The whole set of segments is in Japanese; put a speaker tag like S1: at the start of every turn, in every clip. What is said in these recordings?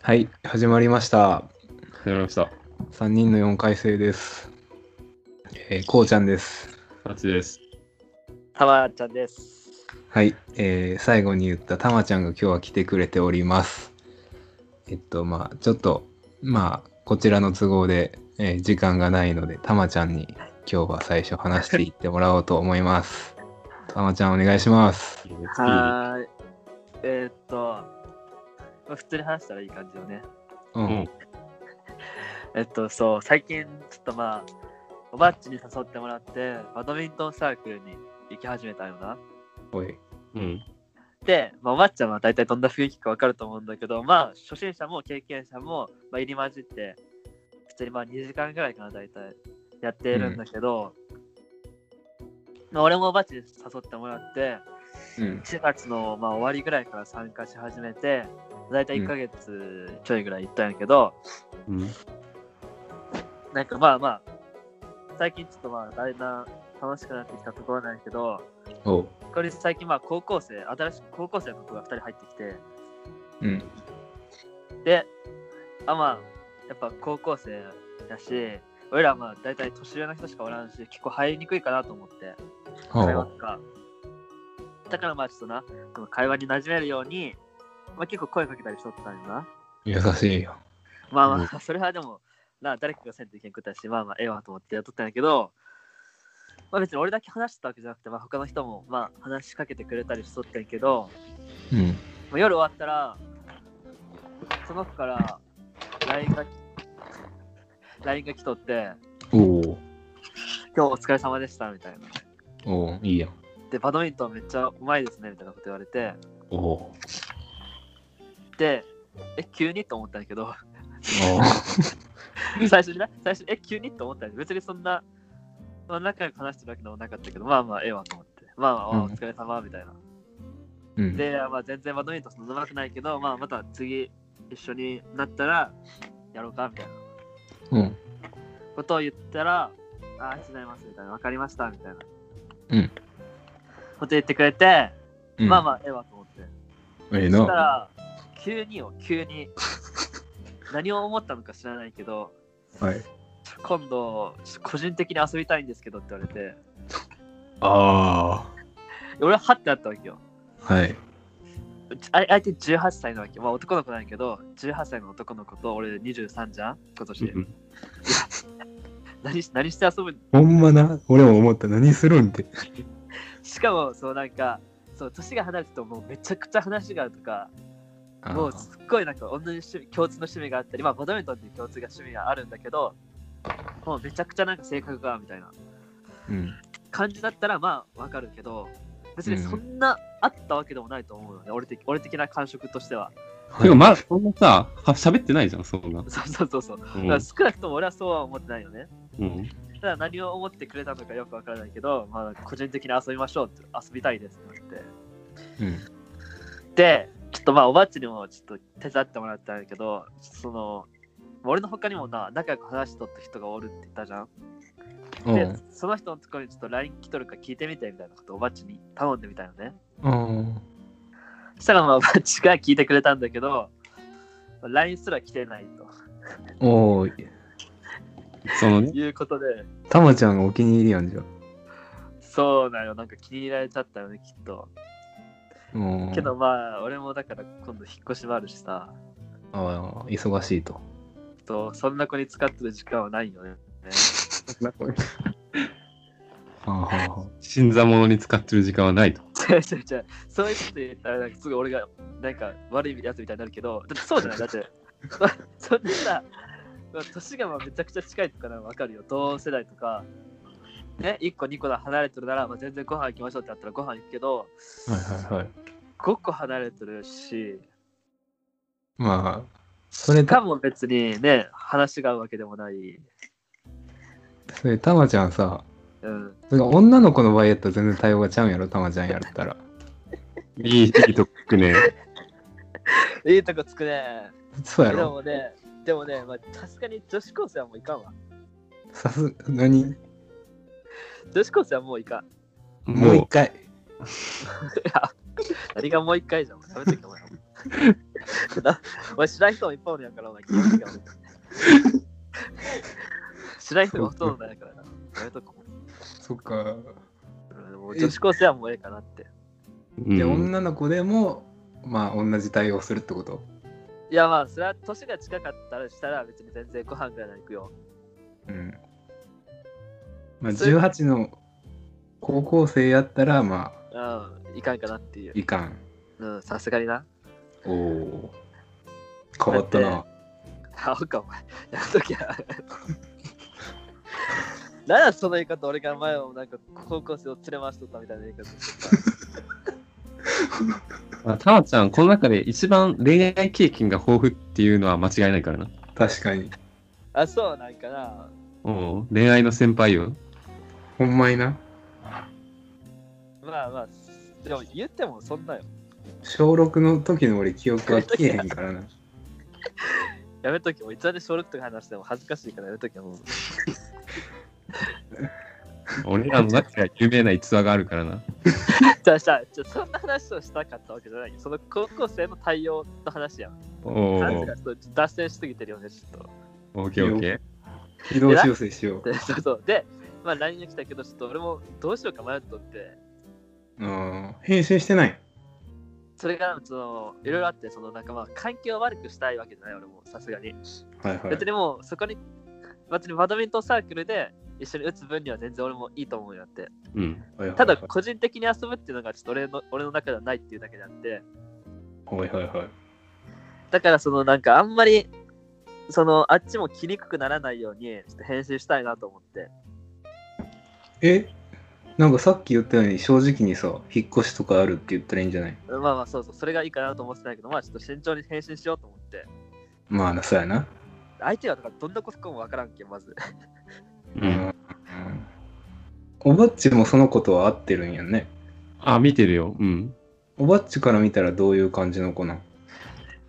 S1: はい、始まりました。
S2: 始まりました。
S1: 3人の4回生です。えー、こうちゃんです。
S2: あっちです。
S3: たまちゃんです。
S1: はい、えー、最後に言ったたまちゃんが今日は来てくれております。えっと、まあちょっと、まあこちらの都合で、えー時間がないので、たまちゃんに今日は最初話していってもらおうと思います。たまちゃんお願いします。
S3: はーい。えーっと、まあ普通に話したらいい感じよね。
S1: うん。
S2: うん
S3: えっと、そう、最近、ちょっとまあ、おばっちに誘ってもらって、バドミントンサークルに行き始めたよな。
S1: おい。
S2: うん。
S3: で、まあ、おばっちゃんは大体どんな雰囲気かわかると思うんだけど、まあ、初心者も経験者も、まあ、入り混じって、普通にまあ2時間ぐらいかな、大体、やってるんだけど、まあ、俺もおばっちに誘ってもらって、
S1: うん。
S3: 4月の、まあ、終わりぐらいから参加し始めて、だいたい1ヶ月ちょいぐらい行ったんやけど、
S2: うん。
S3: なんかまあまあ、最近ちょっとまあ、だいぶ楽しくなってきたところなんやけど、
S1: おう。
S3: これ最近まあ、高校生、新しく高校生の子が2人入ってきて、
S1: うん。
S3: で、あまあ、やっぱ高校生だし、俺らまあ、だいたい年上の人しかおらんし、結構入りにくいかなと思って、
S1: お
S3: 会話
S1: う。
S3: とか。だからまあ、ちょっとな、この会話に馴染めるように、まあ結構声かけたりしとったんよな。
S1: 優しいよ。
S3: まあま
S2: う
S3: あ、それはでも、な誰かがせんといけんくったし、まあまあ、ええわと思ってやっとったんやけど、まあ別に俺だけ話してたわけじゃなくて、まあ他の人も、まあ話しかけてくれたりしとったんやけど、
S1: うん。
S3: まあ、夜終わったら、その子から LINE が、LINE が来とって、
S1: おう。
S3: 今日お疲れ様でしたみたいな。
S1: おう。いいやん。
S3: で、バドミントンめっちゃうまいですねみたいなこと言われて、
S1: おう。おう。
S3: で、え、急にと思ったんやけど、 最初にね、最初、え、急にと思ったよ別にそんな、まあ、仲良く話してるわけでもなかったけど、まあまあ、ええわと思って。まあまあ、
S1: うん
S3: お疲れ様みたいな。
S1: うん。
S3: で、まあ、全然バドミントンそんなうまくないけど、まあ、また次、一緒になったら、やろうかみたいな
S1: うん。
S3: ことを言ったら、ああ、違いますみたいな、わかりましたみたいな。
S1: うん
S3: こと言ってくれて、
S1: うん
S3: まあまあ、ええわと思って。
S1: ええ
S3: そした
S1: な。
S3: ら、急によ、急に。何を思ったのか知らないけど、
S1: はい。
S3: ちょ今度、ちょ個人的に遊びたいんですけどって言われて。
S1: あ
S3: 俺はハってあったわけよ。
S1: あ。はい。
S3: ちあ相手18歳なわけ。まあ男の子なんやけど、18歳の男の子と俺23じゃん今年。
S2: うん
S3: 何し何して遊ぶ
S1: ほんまな。俺も思った。何するんって。
S3: しかも、そうなんか、そう、年が離れててももうめちゃくちゃ話があるとか、もうすっごいなんか同じ趣味共通の趣味があったり、まあバドミントンっていう共通が趣味があるんだけど、もうめちゃくちゃなんか性格がみたいな
S1: うん。
S3: 感じだったらまあわかるけど、別にそんなあったわけでもないと思うよね。俺的俺的な感触としては。
S2: てか、まだそんなさ、は喋ってないじゃん、そんな。
S3: そうそうそうそう。だ
S2: う
S3: から少なくとも俺はそうは思ってないよね。
S2: うん。
S3: ただ何を思ってくれたのかよくわからないけど、まあ、個人的に遊びましょうって遊びたいですってなって
S1: うん。
S3: でちょっとまあおばっちにもちょっと手伝ってもらったんやけどその俺の他にもな仲良く話しとった人がおるって言ったじゃん、
S1: う
S3: で
S1: ん。
S3: その人のところにちょっと LINE 来とるか聞いてみてみたいなことをおばっちに頼んでみたよね
S1: うん。
S3: そしたらまあおばっちが聞いてくれたんだけど LINE すら来てない
S1: おーい。
S2: その
S3: と
S2: ね、
S3: いうことで
S1: たまちゃんがお気に入りやんじゃん。
S3: そうなよなんか気に入られちゃったよねきっと
S1: うん。
S3: けどまあ俺もだから今度引っ越しもあるしさ
S1: ああ、忙しい と。
S3: と、そんな子に使ってる時間はな いよね。
S1: はあ、はあは
S2: 新座物に使ってる時間はないと。
S3: 違う違う違う。そういうこと言ったら、なんかすぐ俺が、なんか悪いやつみたいになるけど、だってそうじゃないだって、 そんなさ、年がまあめちゃくちゃ近いとかならわかるよ。同世代とか、ね、1個2個離れてるなら、まあ、全然ご飯行きましょうってなったらご飯行くけど、
S1: あ。はいはいはい。
S3: 5個離れてるし、
S1: まあ、それ
S3: しかも別にね、話が合うわけでもない。
S1: それたまちゃんさ、
S3: うん。
S1: それ女の子の場合やったら全然対応がちゃうんやろ、たまちゃんやったら。
S2: いい、いいとこ行くね。
S3: いいとこつくね。
S1: そうや
S3: で
S1: ろ。
S3: もね、でもね、まあ、さすがに女子高生はもういかんわ。
S1: さす、何
S3: 女子高生はもういかん。
S1: もう
S2: も
S1: 一回。
S3: 何がもう一回じゃん。食べてきたもん。お前知らん人もいっぱいおるやんから、お前。気をつけろ知らん人がほとんどなんやからな。やめとこ
S1: そっか。
S3: うんもう女子高生はもうええかなって。
S2: う
S1: で、
S2: ん、
S1: 女の子でも、まあ、同じ対応するってこと
S3: いやまあ、それは年が近かったらしたら別に全然ご飯ぐらいなら行くよ。
S1: うん。まあ、
S3: それ
S1: 18の高校生やったら、まあ、
S3: うん、いかんかなっていう。
S1: いかん。
S3: うん、さすがにな。
S1: おお。変わった
S3: だっ
S1: な。
S3: あおか、お前。やめときゃ。なんだその言い方、俺が前もなんか高校生を連れ回しとったみたいな言い方してた。
S2: まあたまちゃん、この中で一番恋愛経験が豊富っていうのは間違いないからな。
S1: 確かに。
S3: あ、そうなんかな。
S2: うん、恋愛の先輩よ。
S1: ほんまにな。
S3: まあまあ、でも言ってもそんなよ。
S1: 小6の時の俺、記憶は消えへんからな。
S3: やめとき、もういつまで小6とか話しても恥ずかしいからやめときもう。
S2: 俺らの中では有名な逸話があるからな。
S3: じゃあじゃあじゃあそんな話をしたかったわけじゃないよ。その高校生の対応の話やん。
S2: お
S3: 感じ
S2: ー
S3: がちょっと脱線しすぎてるよね、ちょっと。
S2: オーケーオーケ
S1: 軌道修正しよ
S3: で、そうそう。で、まあ LINE が来たけど、ちょっと俺もどうしようか迷っとって、
S1: う。うん。返信してない。
S3: それからその、いろいろあって、そのなんかまあ環境を悪くしたいわけじゃない、俺もさすがに。
S1: はいはい
S3: 別。にもうそこに、別にバドミントンサークルで一緒に打つ分には全然俺もいいと思うよって。
S2: ー。うん。
S1: はいはいはい
S3: ただ個人的に遊ぶっていうのがちょっと俺の俺の中ではないっていうだけであって、
S1: はいはいはい。
S3: だからそのなんかあんまりそのあっちも着にくくならないようにちょっと編集したいなと思って
S1: えなんかさっき言ったように正直にさ引っ越しとかあるって言ったらいいんじゃない
S3: まあまあそうそうそれがいいかなと思ってたけどまあちょっと慎重に編集しようと思って
S1: まあなそうやな
S3: 相手はだからどんなことかもわからんけんまず
S2: う。
S1: うんんおばっちもそのことは合ってるんやね
S2: あ、見てるよ。うん。
S1: おばっちから見たらどういう感じの子なん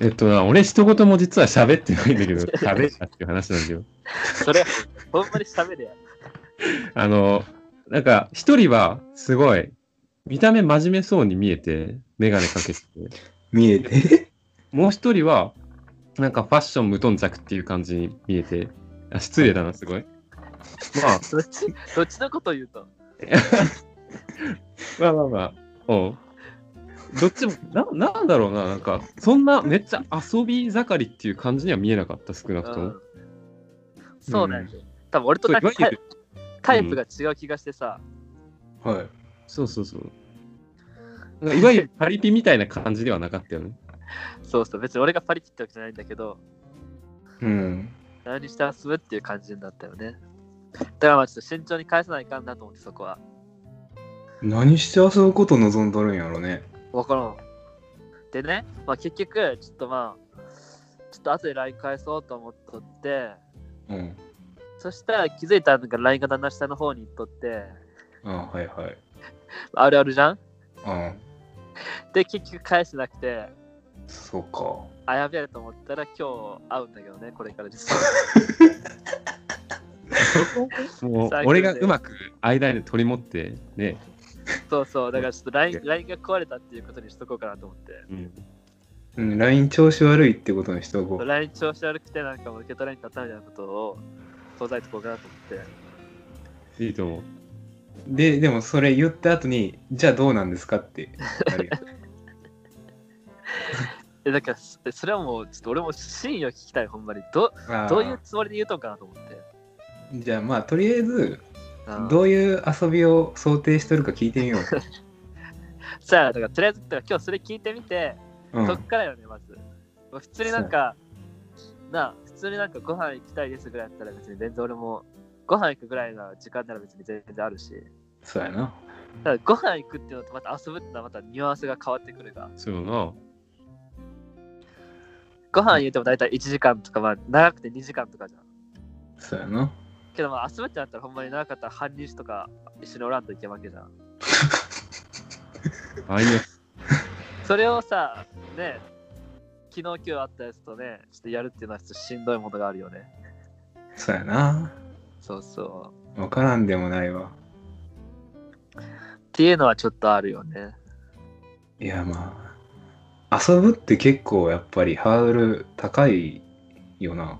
S2: えっとな、俺一言も実は喋ってないんだけど、 喋ったっていう話なんだよ。
S3: それ ほんまに喋れや
S2: あの、なんか、一人は、すごい、見た目真面目そうに見えて、メガネかけてて、
S1: 見えて
S2: もう一人は、なんかファッション無頓着っていう感じに見えて、あ失礼だな、すごい。まあ、
S3: どっちどっちのことを言うと
S2: まあまあまあ、おうどっちも、な、なんだろうな、なんか、そんな、めっちゃ遊び盛りっていう感じには見えなかった、少なくと
S3: う
S2: も
S3: ん。そうなんよ、多分俺と
S2: そう
S3: ないんか
S2: わゆる
S3: タイプが違う気がしてさ、
S1: はい
S2: そうそうそう。なんかいわゆるパリピみたいな感じではなかったよね。
S3: そうそう別に俺がパリ切ったわけじゃないんだけど
S1: うん
S3: 何して遊ぶっていう感じになったよねだからまあちょっと慎重に返さないかんなと思ってそこは
S1: 何して遊ぶこと望んどるんやろね
S3: わからん。でね、まあ、結局、ちょっとまあ、ちょっと後で LINE 返そうと思っとって、
S1: うん
S3: そしたら気づいたのが LINE がだんだん下の方に行っとって、
S1: あはいはい
S3: あるあるじゃん
S1: あ
S3: で、結局返してなくて、
S1: そうか
S3: あ、やべえと思ったら今日会うんだけどね、これから実
S2: もう
S3: 最、高
S2: 俺がうまく間で取り持って、ね、
S3: そうそう、だからちょっと LINE, LINE が壊れたっていうことにしとこうかなと思って。
S1: うん LINE 調子悪いってことにしとこう
S3: LINE 調子悪くてなんかもう受け取れんかったみたいなことを東西とこうかなと思って。
S2: いいと思う。
S1: ででもそれ言った後にじゃあどうなんですかってなるやん
S3: え、だからそそれはもう、ちょっと俺も真意を聞きたい、ほんまに。ど
S1: あー
S3: どういうつもりで言うとんかなと思って。
S1: じゃあまあとりあえず
S3: うん
S1: どういう遊びを想定しとるか聞いてみよ
S3: じゃあ、だからとりあえずだから今日それ聞いてみて、
S1: う。うん
S3: そっからよね、まず。まあ普通になんか、なあ、普通になんかご飯行きたいですぐらいだったら別に全然俺も、ご飯行くぐらいの時間なら別に全然あるし、
S1: そうやな。
S3: ただご飯行くっていうのとまた遊ぶっていうのはまたニュアンスが変わってくるが、
S2: そうな。
S3: ご飯言うても大体1時間とか、まあ長くて2時間とかじゃん。
S1: そうやな。
S3: けどまあ遊ぶってなったらほんまに長かったら半日とか一緒におらんといけんわけじゃん。
S2: あいみょん
S3: それをさ、ね、昨日今日あったやつとね、ちょっとやるっていうのはちょっとしんどいものがあるよね。
S1: そうやな。
S3: そうそう。
S1: わからんでもないわ。
S3: っていうのはちょっとあるよね。
S1: いやま遊ぶって結構やっぱりハードル高いよな。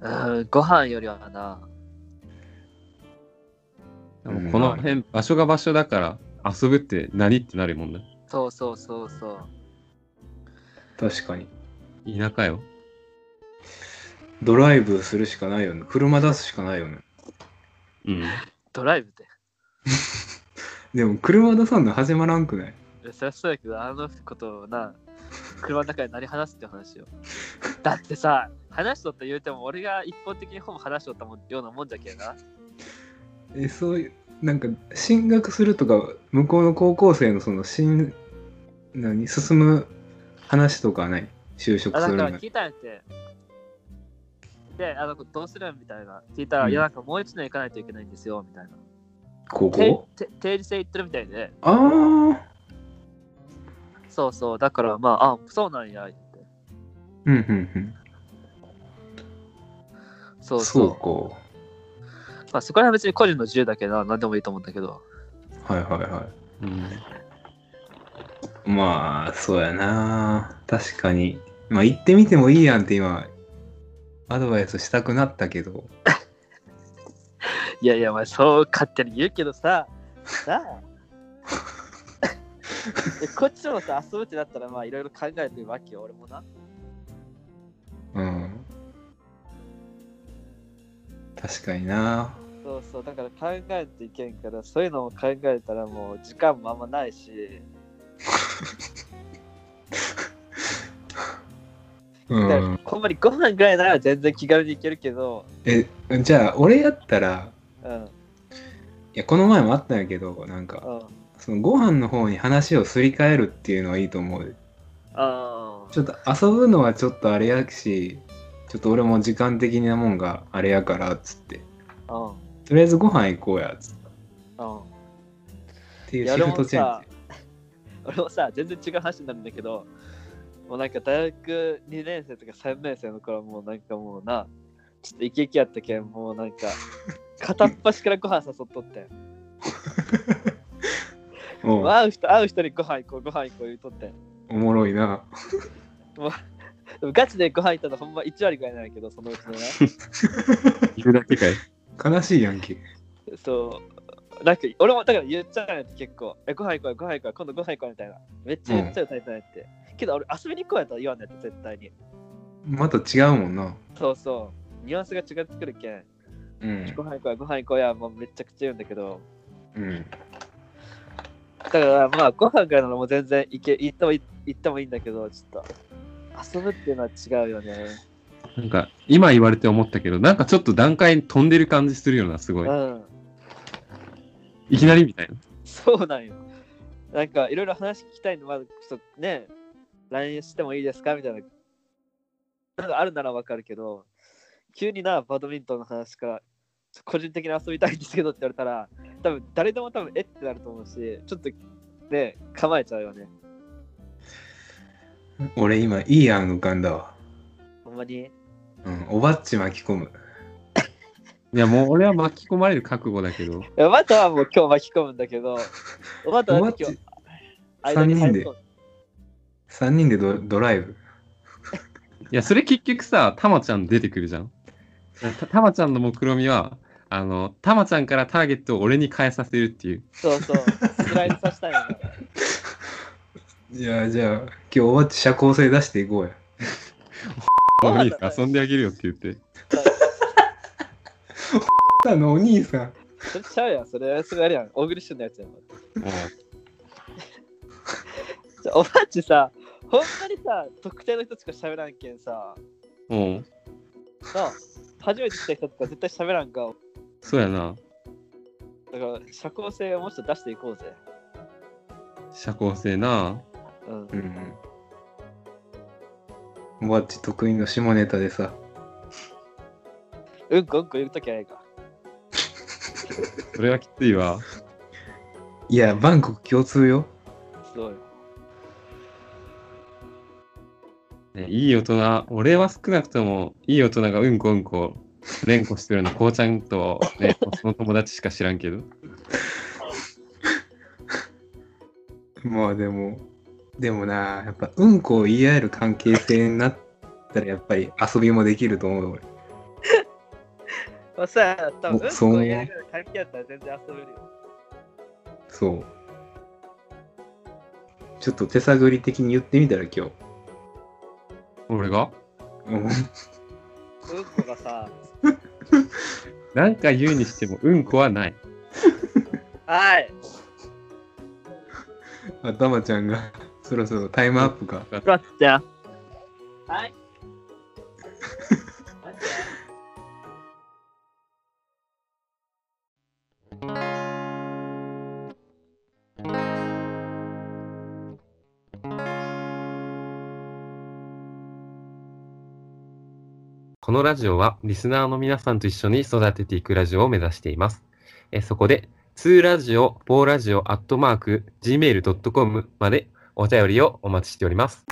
S3: うん、ご飯よりはな。
S2: でもこの辺、場所が場所だから、遊ぶって何ってなるもんね。
S3: そうそうそうそう。
S1: 確かに。
S2: 田舎よ。
S1: ドライブするしかないよね。車出すしかないよね。
S2: うん。
S3: ドライブで。
S1: でも車出さんの始まらんくない
S3: えそりゃそうやけど、あのことをな、車の中で何話すって話よ。だってさ、話しとった言うても、俺が一方的にほぼ話しとったもんようなもんじゃけえな。
S1: え、そういう、なんか進学するとか、向こうの高校生のその進、何、進む話とかはない就職
S3: あだ
S1: す
S3: か
S1: る
S3: ら
S1: のに
S3: 聞いたんやって。で、あのどうするんみたいな。聞いたら、
S1: うん
S3: いや、なんかもう一年行かないといけないんですよ、みたいな。
S1: 高
S3: て
S1: 校
S3: て定時制行ってるみたいで、
S1: ああ、
S3: そうそう、だからまあ、あ、そうなんや、言って。
S1: うんうんうん。
S3: そうそう。
S1: そう
S3: まあ、そこら辺は別に個人の自由だけどな、何でもいいと思うんだけど。
S1: か。はいはいはい。
S2: うん。
S1: まあ、そうやな。確かに。まあ、行ってみてもいいやんって今、アドバイスしたくなったけど。
S3: いやいや、お前、そう勝手に言うけどさ、さあ。 えこっちもさ、遊ぶってなったら、まあ、いろいろ考えてるわけよ、俺もな。
S1: うん。確かにな。
S3: そうそう、だから考えていけんから、そういうのも考えたら、もう時間もあんまないし、
S1: う
S3: だから
S1: ん。
S3: ほんまにご飯ぐらいなら全然気軽に行けるけど、
S1: え、じゃあ、俺やったら、
S3: うん、
S1: いや、この前もあったんやけど、なんか、
S3: うん。
S1: そのご飯の方に話をすり替えるっていうのはいいと思う。
S3: あ
S1: ちょっと遊ぶのはちょっとあれやし、ちょっと俺も時間的なもんがあれやから、つって。
S3: あ、うん、
S1: とりあえずご飯行こうや、つって。
S3: うん。
S1: っていう
S3: いや
S1: シフトチェンジ。
S3: 俺もさ、全然違う話になるんだけど、もうなんか大学2年生とか3年生の頃はもうなんかもうな、ちょっとイケイケやったけん、もうなんか、片っ端からご飯誘っとってん。
S1: うん
S3: もう会う人、会う人にご飯行こう、ご飯行こう言うとってん。
S1: おもろいな。
S3: でもガチでご飯行ったのほんま1割ぐらいなんやけど、そのう ちのね。
S2: 行くだけかい。
S1: 悲しいやんけ。
S3: そう。なんか俺もだから言っちゃうんやって結構、え、ご飯行こうよ、ご飯行こうよ、今度ご飯行こうよみたいな。めっちゃ言っちゃうタイプなんやって。けど俺遊びに行こうやとは言わんのやって、絶対に。
S1: また違うもんな。
S3: そうそう。ニュアンスが違ってくるけん。
S1: うん
S3: ご。飯行こうや、ご飯行こうや、もうめっちゃくちゃ言うんだけど、
S1: うん。
S3: だからまあ、ご飯からならもう全然行け行ってもい行ってもいいんだけど、ちょっと遊ぶっていうのは違うよね。
S2: なんか、今言われて思ったけど、なんかちょっと段階飛んでる感じするような、すごい。
S3: うん、
S2: いきなりみたいな。
S3: そうなんよ。なんかいろいろ話聞きたいの、まずちょっとね、LINE してもいいですかみたいな。なんかあるならわかるけど、急にな、バドミントンの話から、ちょ個人的に遊びたいんですけどって言われたら、多分誰でも多分えってなると思うし、ちょっとね、構えちゃうよね。
S1: 俺今いい案浮かんだわ。
S3: ほんまに。
S1: うん。おばっち巻き込む。
S2: いや、もう俺は巻き込まれる覚悟だけど、
S3: いやまたはもう今日巻き込むんだけど、また
S1: おば
S3: は今
S1: っち
S3: 日、間に入り込む
S1: 3人でドドライブ。
S2: いや、それ結局さ、たまちゃん出てくるじゃん。たたまちゃんの目論見みは、あの、たまちゃんからターゲットを俺に変えさせるっていう。
S3: そうそう、スライドさせたいの。
S1: いや、じゃあ、今日おばっち社交性出していこうや。
S2: もういいですか遊んであげるよって言って。
S1: あのお兄さん。
S3: それちゃうやん、それ、それあれやん、オーグリッシュのやつやん。
S2: もう
S3: じゃあおばっちさ、ほんまにさ、特定の人しか喋らんけんさ、
S2: もう、
S3: なあ初めて来た人とか絶対喋らんか。
S2: そうやな。
S3: だから、社交性をもうちょっと出していこうぜ。
S2: 社交性な。
S3: うん
S1: う。ん。おばっち得意の下ネタでさ。
S3: うんこうんこ言うときはええか。
S2: それはきついわ。
S1: いや、バンコク共通よ。
S3: そうよ。
S2: ね、いい大人、俺は少なくとも、いい大人がうんこうんこ、連呼してるのは、こうちゃんと、ね、その友達しか知らんけど。
S1: まあでも、でもな、やっぱうんこを言い合える関係性になったらやっぱり遊びもできると思う俺。
S3: まあさ、多分
S1: おそう思う
S3: うんこやりながら関係あったら全然遊べるよ。
S1: そう。ちょっと手探り的に言ってみたら今日。
S2: 俺が
S1: うん
S3: うんこがさ、
S2: なんか言うにしても、うんこはない。
S3: はい、
S1: あたまちゃんがそろそろタイムアップか。
S3: クラッチャー。はい。
S2: このラジオはリスナーの皆さんと一緒に育てていくラジオを目指しています。えーそこで、2ラジオ、4ラジオ、アットマーク、gmail.com までお便りをお待ちしております。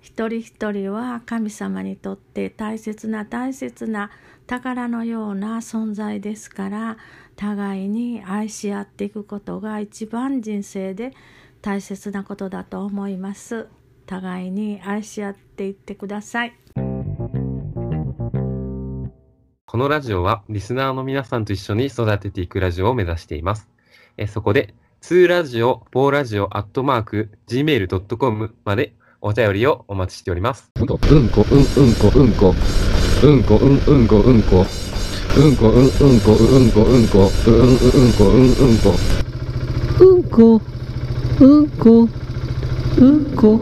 S4: 一人一人は神様にとって大切な大切な宝のような存在ですから互いに愛し合っていくことが一番人生で大切なことだと思います互いに愛し合っていってください
S2: このラジオはリスナーの皆さんと一緒に育てていくラジオを目指しています。えーそこで、2ラジオ、4ラジオ、アットマーク、gmail.com までお便りをお待ちしております。
S5: うんこうんこうんうんこうんこうんこうんうんこうんこうんこうんうんこうんこうんこうんうんこうんうんこ
S6: うんこ、うんこ、うんこ。